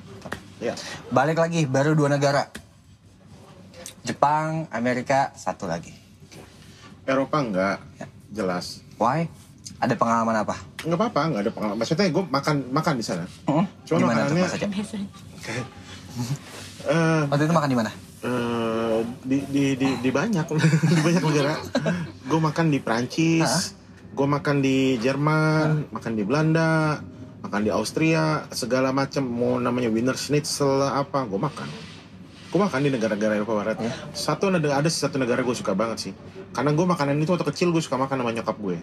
Speaker 1: Iya.
Speaker 2: Balik lagi baru dua negara. Jepang, Amerika, satu lagi.
Speaker 1: Eropa enggak,
Speaker 2: Ya.
Speaker 1: jelas.
Speaker 2: Why? Ada pengalaman apa?
Speaker 1: Enggak apa-apa, enggak ada pengalaman. Maksudnya gue makan makan di sana.
Speaker 2: Hmm?
Speaker 1: Cuma
Speaker 2: Gimana tuh
Speaker 1: makanannya-
Speaker 2: Mas Aca?
Speaker 4: Biasanya.
Speaker 1: Eh,
Speaker 2: Waktu itu makan di mana?
Speaker 1: Eh, di, di, di, di banyak di banyak negara gue makan di Prancis gue makan di Jerman makan di Belanda makan di Austria segala macam mau namanya Wiener Schnitzel lah apa gue makan gue makan di negara-negara Eropa Barat satu ada ada satu negara gue suka banget sih karena gue makanan itu waktu kecil gue suka makan sama nyokap gue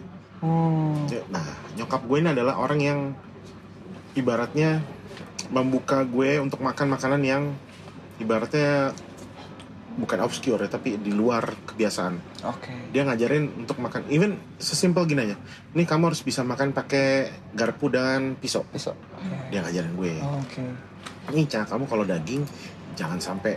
Speaker 1: nah nyokap gue ini adalah orang yang ibaratnya membuka gue untuk makan makanan yang ibaratnya bukan obscure ya, tapi di luar kebiasaan.
Speaker 2: Oke.
Speaker 1: Dia ngajarin untuk makan, even sesimpel gini aja. Ini kamu harus bisa makan pakai garpu dan pisau.
Speaker 2: Besok.
Speaker 1: Dia ngajarin gue.
Speaker 2: Oke.
Speaker 1: Ini cara kamu kalau daging jangan sampai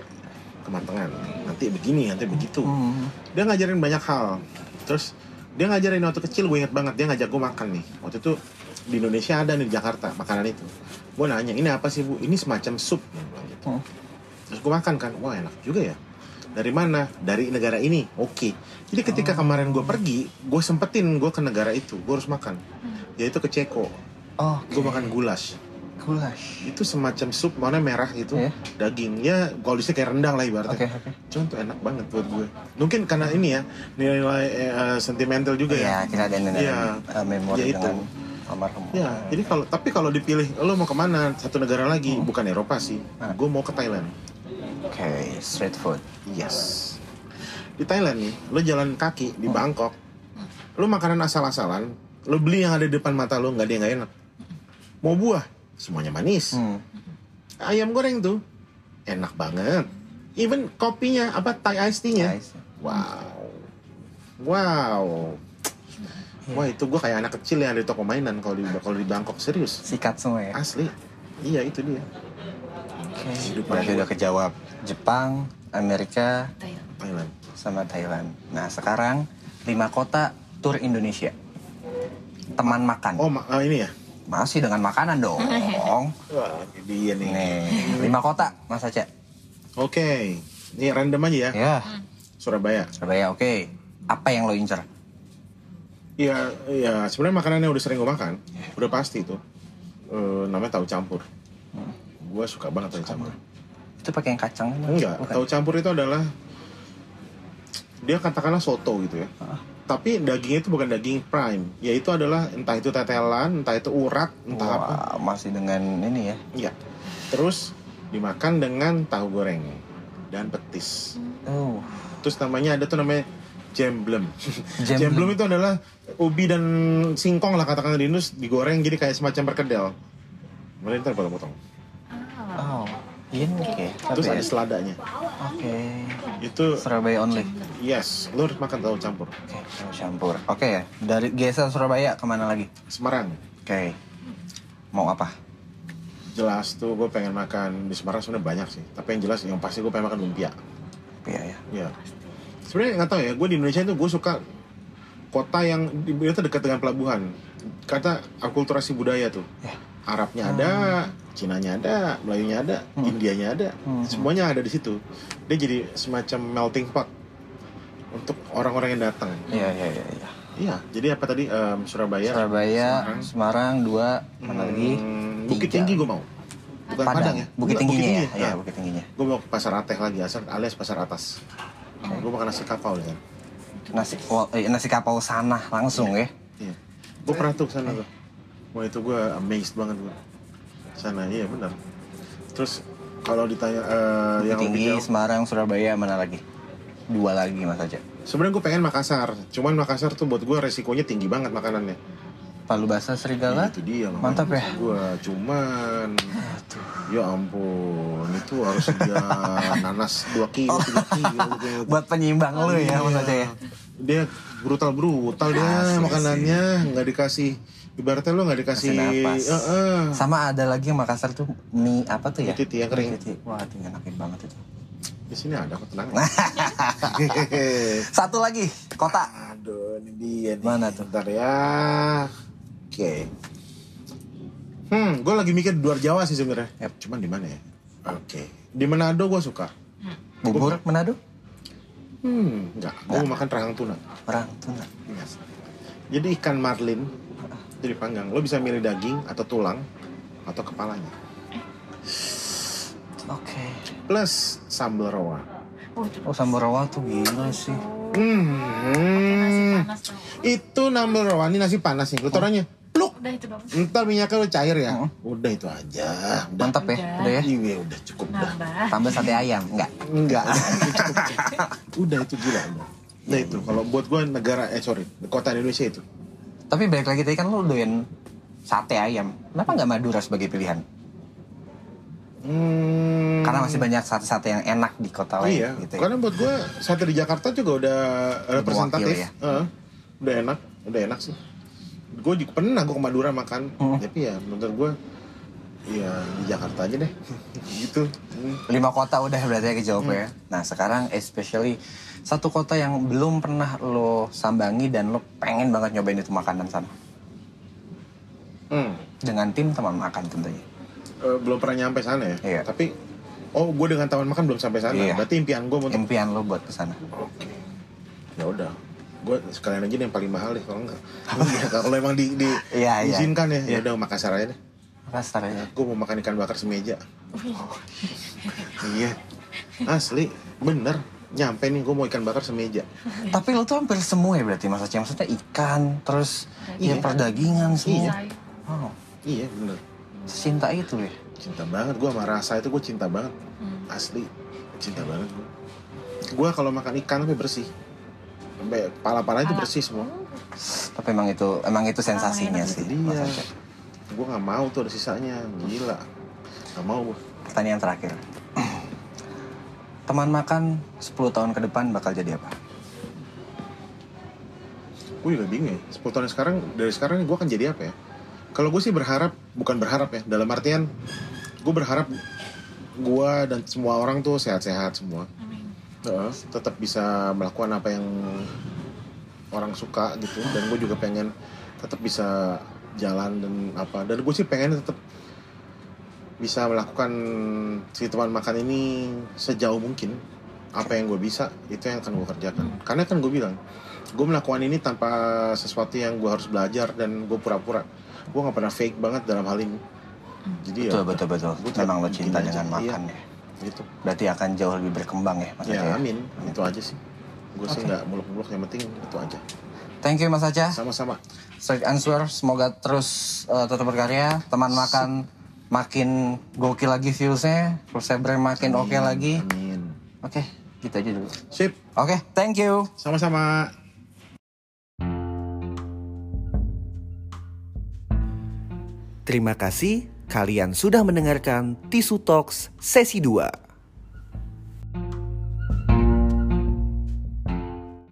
Speaker 1: kematangan nanti begini nanti begitu
Speaker 2: Hmm.
Speaker 1: dia ngajarin banyak hal terus dia ngajarin waktu kecil gue inget banget dia ngajak gue makan nih waktu itu di Indonesia ada nih di Jakarta makanan itu gue nanya ini apa sih bu ini semacam sup dia bilang gitu.
Speaker 2: Hmm.
Speaker 1: terus gue makan kan wah enak juga ya dari mana dari negara ini oke jadi ketika kemarin gue pergi gue sempetin gue ke negara itu gue harus makan yaitu ke Ceko
Speaker 2: Oh,
Speaker 1: gue makan gulas
Speaker 2: goulash.
Speaker 1: itu semacam sup warna merah gitu
Speaker 2: Iya.
Speaker 1: dagingnya kalau disini kayak rendang lah ibaratnya
Speaker 2: Oke, oke.
Speaker 1: contoh enak banget buat gue mungkin karena ini ya nilai-nilai eh, eh, sentimental juga
Speaker 2: Iya,
Speaker 1: ya
Speaker 2: kita ada nilai
Speaker 1: Iya.
Speaker 2: eh, memori
Speaker 1: Ya, itu.
Speaker 2: dengan almarhum.
Speaker 1: ya jadi kalau tapi kalau dipilih lo mau kemana satu negara lagi bukan Eropa sih
Speaker 2: Mana?
Speaker 1: gue mau ke Thailand
Speaker 2: Oke, street food.
Speaker 1: yes di Thailand nih lo jalan kaki di Bangkok lo makanan asal-asalan lo beli yang ada di depan mata lo nggak ada yang nggak enak mau buah semuanya manis
Speaker 2: Hmm.
Speaker 1: ayam goreng tuh enak banget even kopinya apa Thai iced tea-nya
Speaker 2: Nice.
Speaker 1: Wow. Wow. Wah itu gue kayak anak kecil yang ada di toko mainan kalau di kalau di Bangkok serius
Speaker 2: Sikat semua ya.
Speaker 1: asli. Iya itu dia. Kehidupan
Speaker 2: Berarti udah kejawab Jepang, Amerika,
Speaker 4: Thailand.
Speaker 1: Thailand.
Speaker 2: sama Thailand. Nah, sekarang lima kota tur Indonesia. Teman makan.
Speaker 1: Oh ma- ah, ini ya.
Speaker 2: Masih dengan makanan dong.
Speaker 1: Wah ini dia nih.
Speaker 2: Nih, lima kota, Mas Aca.
Speaker 1: Oke. Ini random aja ya.
Speaker 2: Ya,
Speaker 1: Surabaya.
Speaker 2: Surabaya oke. Apa yang lo incer?
Speaker 1: Iya iya sebenarnya makanan yang udah sering gue makan udah pasti itu. Eh, namanya tahu campur. Gue suka banget tahu campur.
Speaker 2: Itu pakai yang kacang?
Speaker 1: Enggak,
Speaker 2: Bukan.
Speaker 1: tahu campur itu adalah dia katakanlah soto gitu ya.
Speaker 2: Ah.
Speaker 1: Tapi dagingnya itu bukan daging prime, yaitu adalah entah itu tetelan, entah itu urat, entah
Speaker 2: Wah,
Speaker 1: apa.
Speaker 2: masih dengan ini ya.
Speaker 1: Iya. Terus dimakan dengan tahu goreng dan petis.
Speaker 2: Oh,
Speaker 1: Terus namanya ada tuh namanya jemblem.
Speaker 2: Jemblem.
Speaker 1: jemblem itu adalah ubi dan singkong lah katakan di Indus digoreng jadi kayak semacam perkedel. Kemudian ntar potong-potong.
Speaker 4: Ah.
Speaker 2: oh. Ini oke.
Speaker 1: Terus
Speaker 2: Oke.
Speaker 1: ada seladanya.
Speaker 2: Oke.
Speaker 1: Itu
Speaker 2: Surabaya only.
Speaker 1: yes, lu harus makan tahu campur.
Speaker 2: Oke, tahu campur. Oke ya. Dari geser Surabaya kemana lagi?
Speaker 1: Semarang.
Speaker 2: Oke. Mau apa?
Speaker 1: jelas tuh gue pengen makan di Semarang sebenarnya banyak sih tapi yang jelas yang pasti gue pengen makan lumpia
Speaker 2: Iya ya.
Speaker 1: ya sebenarnya nggak tahu ya gue di Indonesia itu gue suka kota yang di- itu dekat dengan pelabuhan kata akulturasi budaya tuh
Speaker 2: Ya.
Speaker 1: Arabnya ada Cinanya ada Melayunya ada Indianya ada
Speaker 2: Hmm.
Speaker 1: semuanya ada di situ dia jadi semacam melting pot untuk orang-orang yang datang
Speaker 2: Iya iya iya. iya.
Speaker 1: iya jadi apa tadi em, Surabaya
Speaker 2: Surabaya,
Speaker 1: Iya, Semarang.
Speaker 2: Semarang, dua, mana lagi?
Speaker 1: Hmm, Bukit
Speaker 2: Tiga.
Speaker 1: Tinggi gue mau bukan Padang, ya
Speaker 2: Bukit
Speaker 1: Enggak,
Speaker 2: tingginya ya. Iya,
Speaker 1: Ah.
Speaker 2: Bukit tingginya.
Speaker 1: gue mau ke pasar ateh lagi asal alias pasar atas gue makan nasi kapau ya
Speaker 2: Nasi wal- eh, nasi kapau sana langsung ya.
Speaker 1: iya gue pernah tuh sana
Speaker 2: Eh.
Speaker 1: tuh wah itu gue amazed banget gue sana iya benar terus kalau ditanya eh,
Speaker 2: Bukit
Speaker 1: yang
Speaker 2: tinggi,
Speaker 1: lebih jauh
Speaker 2: Semarang, Surabaya, mana lagi? Dua lagi Mas Aja.
Speaker 1: sebenarnya gue pengen Makassar cuman Makassar tuh buat gue resikonya tinggi banget makanannya Iya,
Speaker 2: Palu basah serigala.
Speaker 1: itu dia
Speaker 2: Iya Mantap ya.
Speaker 1: gue cuman ya ampun itu harus dia nanas 2 kilo 3 kilo gitu.
Speaker 2: Buat penyimbang lo ya Mas Aja ya. Ah,
Speaker 1: dia brutal brutal dia
Speaker 2: Asli
Speaker 1: makanannya nggak dikasih ibaratnya lo nggak dikasih
Speaker 2: Kasih napas.
Speaker 1: Heeh.
Speaker 2: Sama ada lagi yang Makassar tuh mie apa tuh ya?
Speaker 1: Mie titi yang kering.
Speaker 2: Mie titi. Wah, itu enakin banget itu.
Speaker 1: di sini ada kok tenang
Speaker 2: Satu lagi, kota.
Speaker 1: aduh ini dia nih
Speaker 2: Mana tuh?
Speaker 1: bentar ya oke hmm gue lagi mikir di luar Jawa sih sebenarnya
Speaker 2: Yap.
Speaker 1: cuman di mana ya oke di Manado gue suka
Speaker 2: Bubur Manado.
Speaker 1: hmm nggak gue makan rahang tuna
Speaker 2: Orang tuna.
Speaker 1: Yes. jadi ikan marlin jadi panggang lo bisa milih daging atau tulang atau kepalanya
Speaker 2: Oke.
Speaker 1: plus sambal roa
Speaker 4: Oh, itu
Speaker 2: Oh, sambal rawa tuh gila sih.
Speaker 4: nasi
Speaker 1: Hmm.
Speaker 4: panas tuh.
Speaker 1: Itu nambel rawani nasi panas nih. Lu taruhnya pluk.
Speaker 4: Udah itu doang.
Speaker 1: Ntar minyaknya lu cair ya. Udah itu aja. Udah.
Speaker 2: Mantap ya,
Speaker 4: Udah.
Speaker 2: udah Oh. ya.
Speaker 1: Iya, udah cukup
Speaker 4: Nah.
Speaker 1: dah.
Speaker 4: Nambah.
Speaker 2: Tambah sate ayam, enggak.
Speaker 1: Enggak. udah cukup. udah itu gila. Udah. Nah itu kalau buat gua negara eh sorry kota di Indonesia itu.
Speaker 2: Tapi balik lagi tadi kan lo doyan sate ayam. Kenapa nggak Madura sebagai pilihan?
Speaker 1: Hmm.
Speaker 2: Karena masih banyak sate-sate yang enak di kota lain
Speaker 1: Iya.
Speaker 2: gitu ya.
Speaker 1: Karena buat gua sate di Jakarta juga udah eh, representatif.
Speaker 2: ya.
Speaker 1: Heeh. udah enak,
Speaker 2: Hmm.
Speaker 1: udah enak sih. Gue juga pernah gue ke Madura makan, tapi ya menurut gua Iya, di Jakarta aja deh. gitu. Hmm.
Speaker 2: Lima kota udah berarti ya kejawab ya. Nah sekarang especially satu kota yang belum pernah lo sambangi dan lo pengen banget nyobain itu makanan sana.
Speaker 1: Hmm.
Speaker 2: Dengan tim teman makan tentunya.
Speaker 1: Eh, belum pernah nyampe sana ya.
Speaker 2: Iya.
Speaker 1: Tapi oh, gue dengan taman makan belum sampai sana.
Speaker 2: Iya.
Speaker 1: Berarti impian gue untuk
Speaker 2: Impian lo buat kesana.
Speaker 1: ya udah. Gue sekalian aja deh yang paling mahal deh kalau enggak. Iya, kalau emang di, di
Speaker 2: Iya, iya.
Speaker 1: diizinkan ya. Ya udah Makassar aja deh.
Speaker 2: Makassar ya.
Speaker 1: Gue mau makan ikan bakar semeja. iya. Asli, bener. Nyampe nih gue mau ikan bakar semeja.
Speaker 2: Tapi lo tuh hampir semua ya berarti Mas Aceh. Maksudnya ikan, terus
Speaker 1: Iya.
Speaker 2: ya perdagangan semua.
Speaker 4: Sayur.
Speaker 2: Wow,
Speaker 1: Iya, bener.
Speaker 2: secinta itu ya.
Speaker 1: cinta banget gue sama rasa itu gue cinta banget
Speaker 4: Hmm.
Speaker 1: asli cinta banget gue gue kalau makan ikan sampai bersih sampai pala-pala itu
Speaker 4: Pala.
Speaker 1: bersih semua
Speaker 4: Hmm.
Speaker 2: Tapi emang itu emang itu sensasinya
Speaker 4: enak
Speaker 2: sih
Speaker 1: itu dia.
Speaker 2: Mas Aceh.
Speaker 1: gue Iya. nggak mau tuh ada sisanya gila nggak mau gue
Speaker 2: Pertanyaan terakhir. Teman makan 10 tahun ke depan bakal jadi apa?
Speaker 1: gue juga bingung ya 10 tahun yang sekarang dari sekarang gue akan jadi apa ya kalau gue sih berharap bukan berharap ya dalam artian gue berharap gue dan semua orang tuh sehat-sehat semua
Speaker 4: Amin.
Speaker 1: Heeh, tetap bisa melakukan apa yang orang suka gitu dan gue juga pengen tetap bisa jalan dan apa dan gue sih pengen tetap bisa melakukan si teman makan ini sejauh mungkin apa yang gue bisa itu yang akan gue kerjakan karena kan gue bilang gue melakukan ini tanpa sesuatu yang gue harus belajar dan gue pura-pura gue nggak pernah fake banget dalam hal ini jadi ya
Speaker 2: Betul, betul, betul.
Speaker 1: Gua tetap
Speaker 2: Memang lo
Speaker 1: bikin
Speaker 2: cinta
Speaker 1: aja,
Speaker 2: dengan
Speaker 1: iya.
Speaker 2: makan ya.
Speaker 1: gitu
Speaker 2: Berarti akan jauh lebih berkembang ya Mas
Speaker 1: ya
Speaker 2: Aceh. ya?
Speaker 1: amin itu aja sih gue sih
Speaker 2: Oke.
Speaker 1: nggak muluk-muluk yang penting itu aja
Speaker 2: Thank you Mas Aceh.
Speaker 1: sama-sama
Speaker 2: Straight answer. Semoga terus eh, tetap berkarya. Teman makan makin gokil lagi viewsnya. Persebre makin oke lagi.
Speaker 1: amin
Speaker 2: Oke, gitu aja dulu.
Speaker 1: sip
Speaker 2: Oke, thank you.
Speaker 1: sama-sama
Speaker 3: Terima kasih kalian sudah mendengarkan Tisu Talks sesi 2.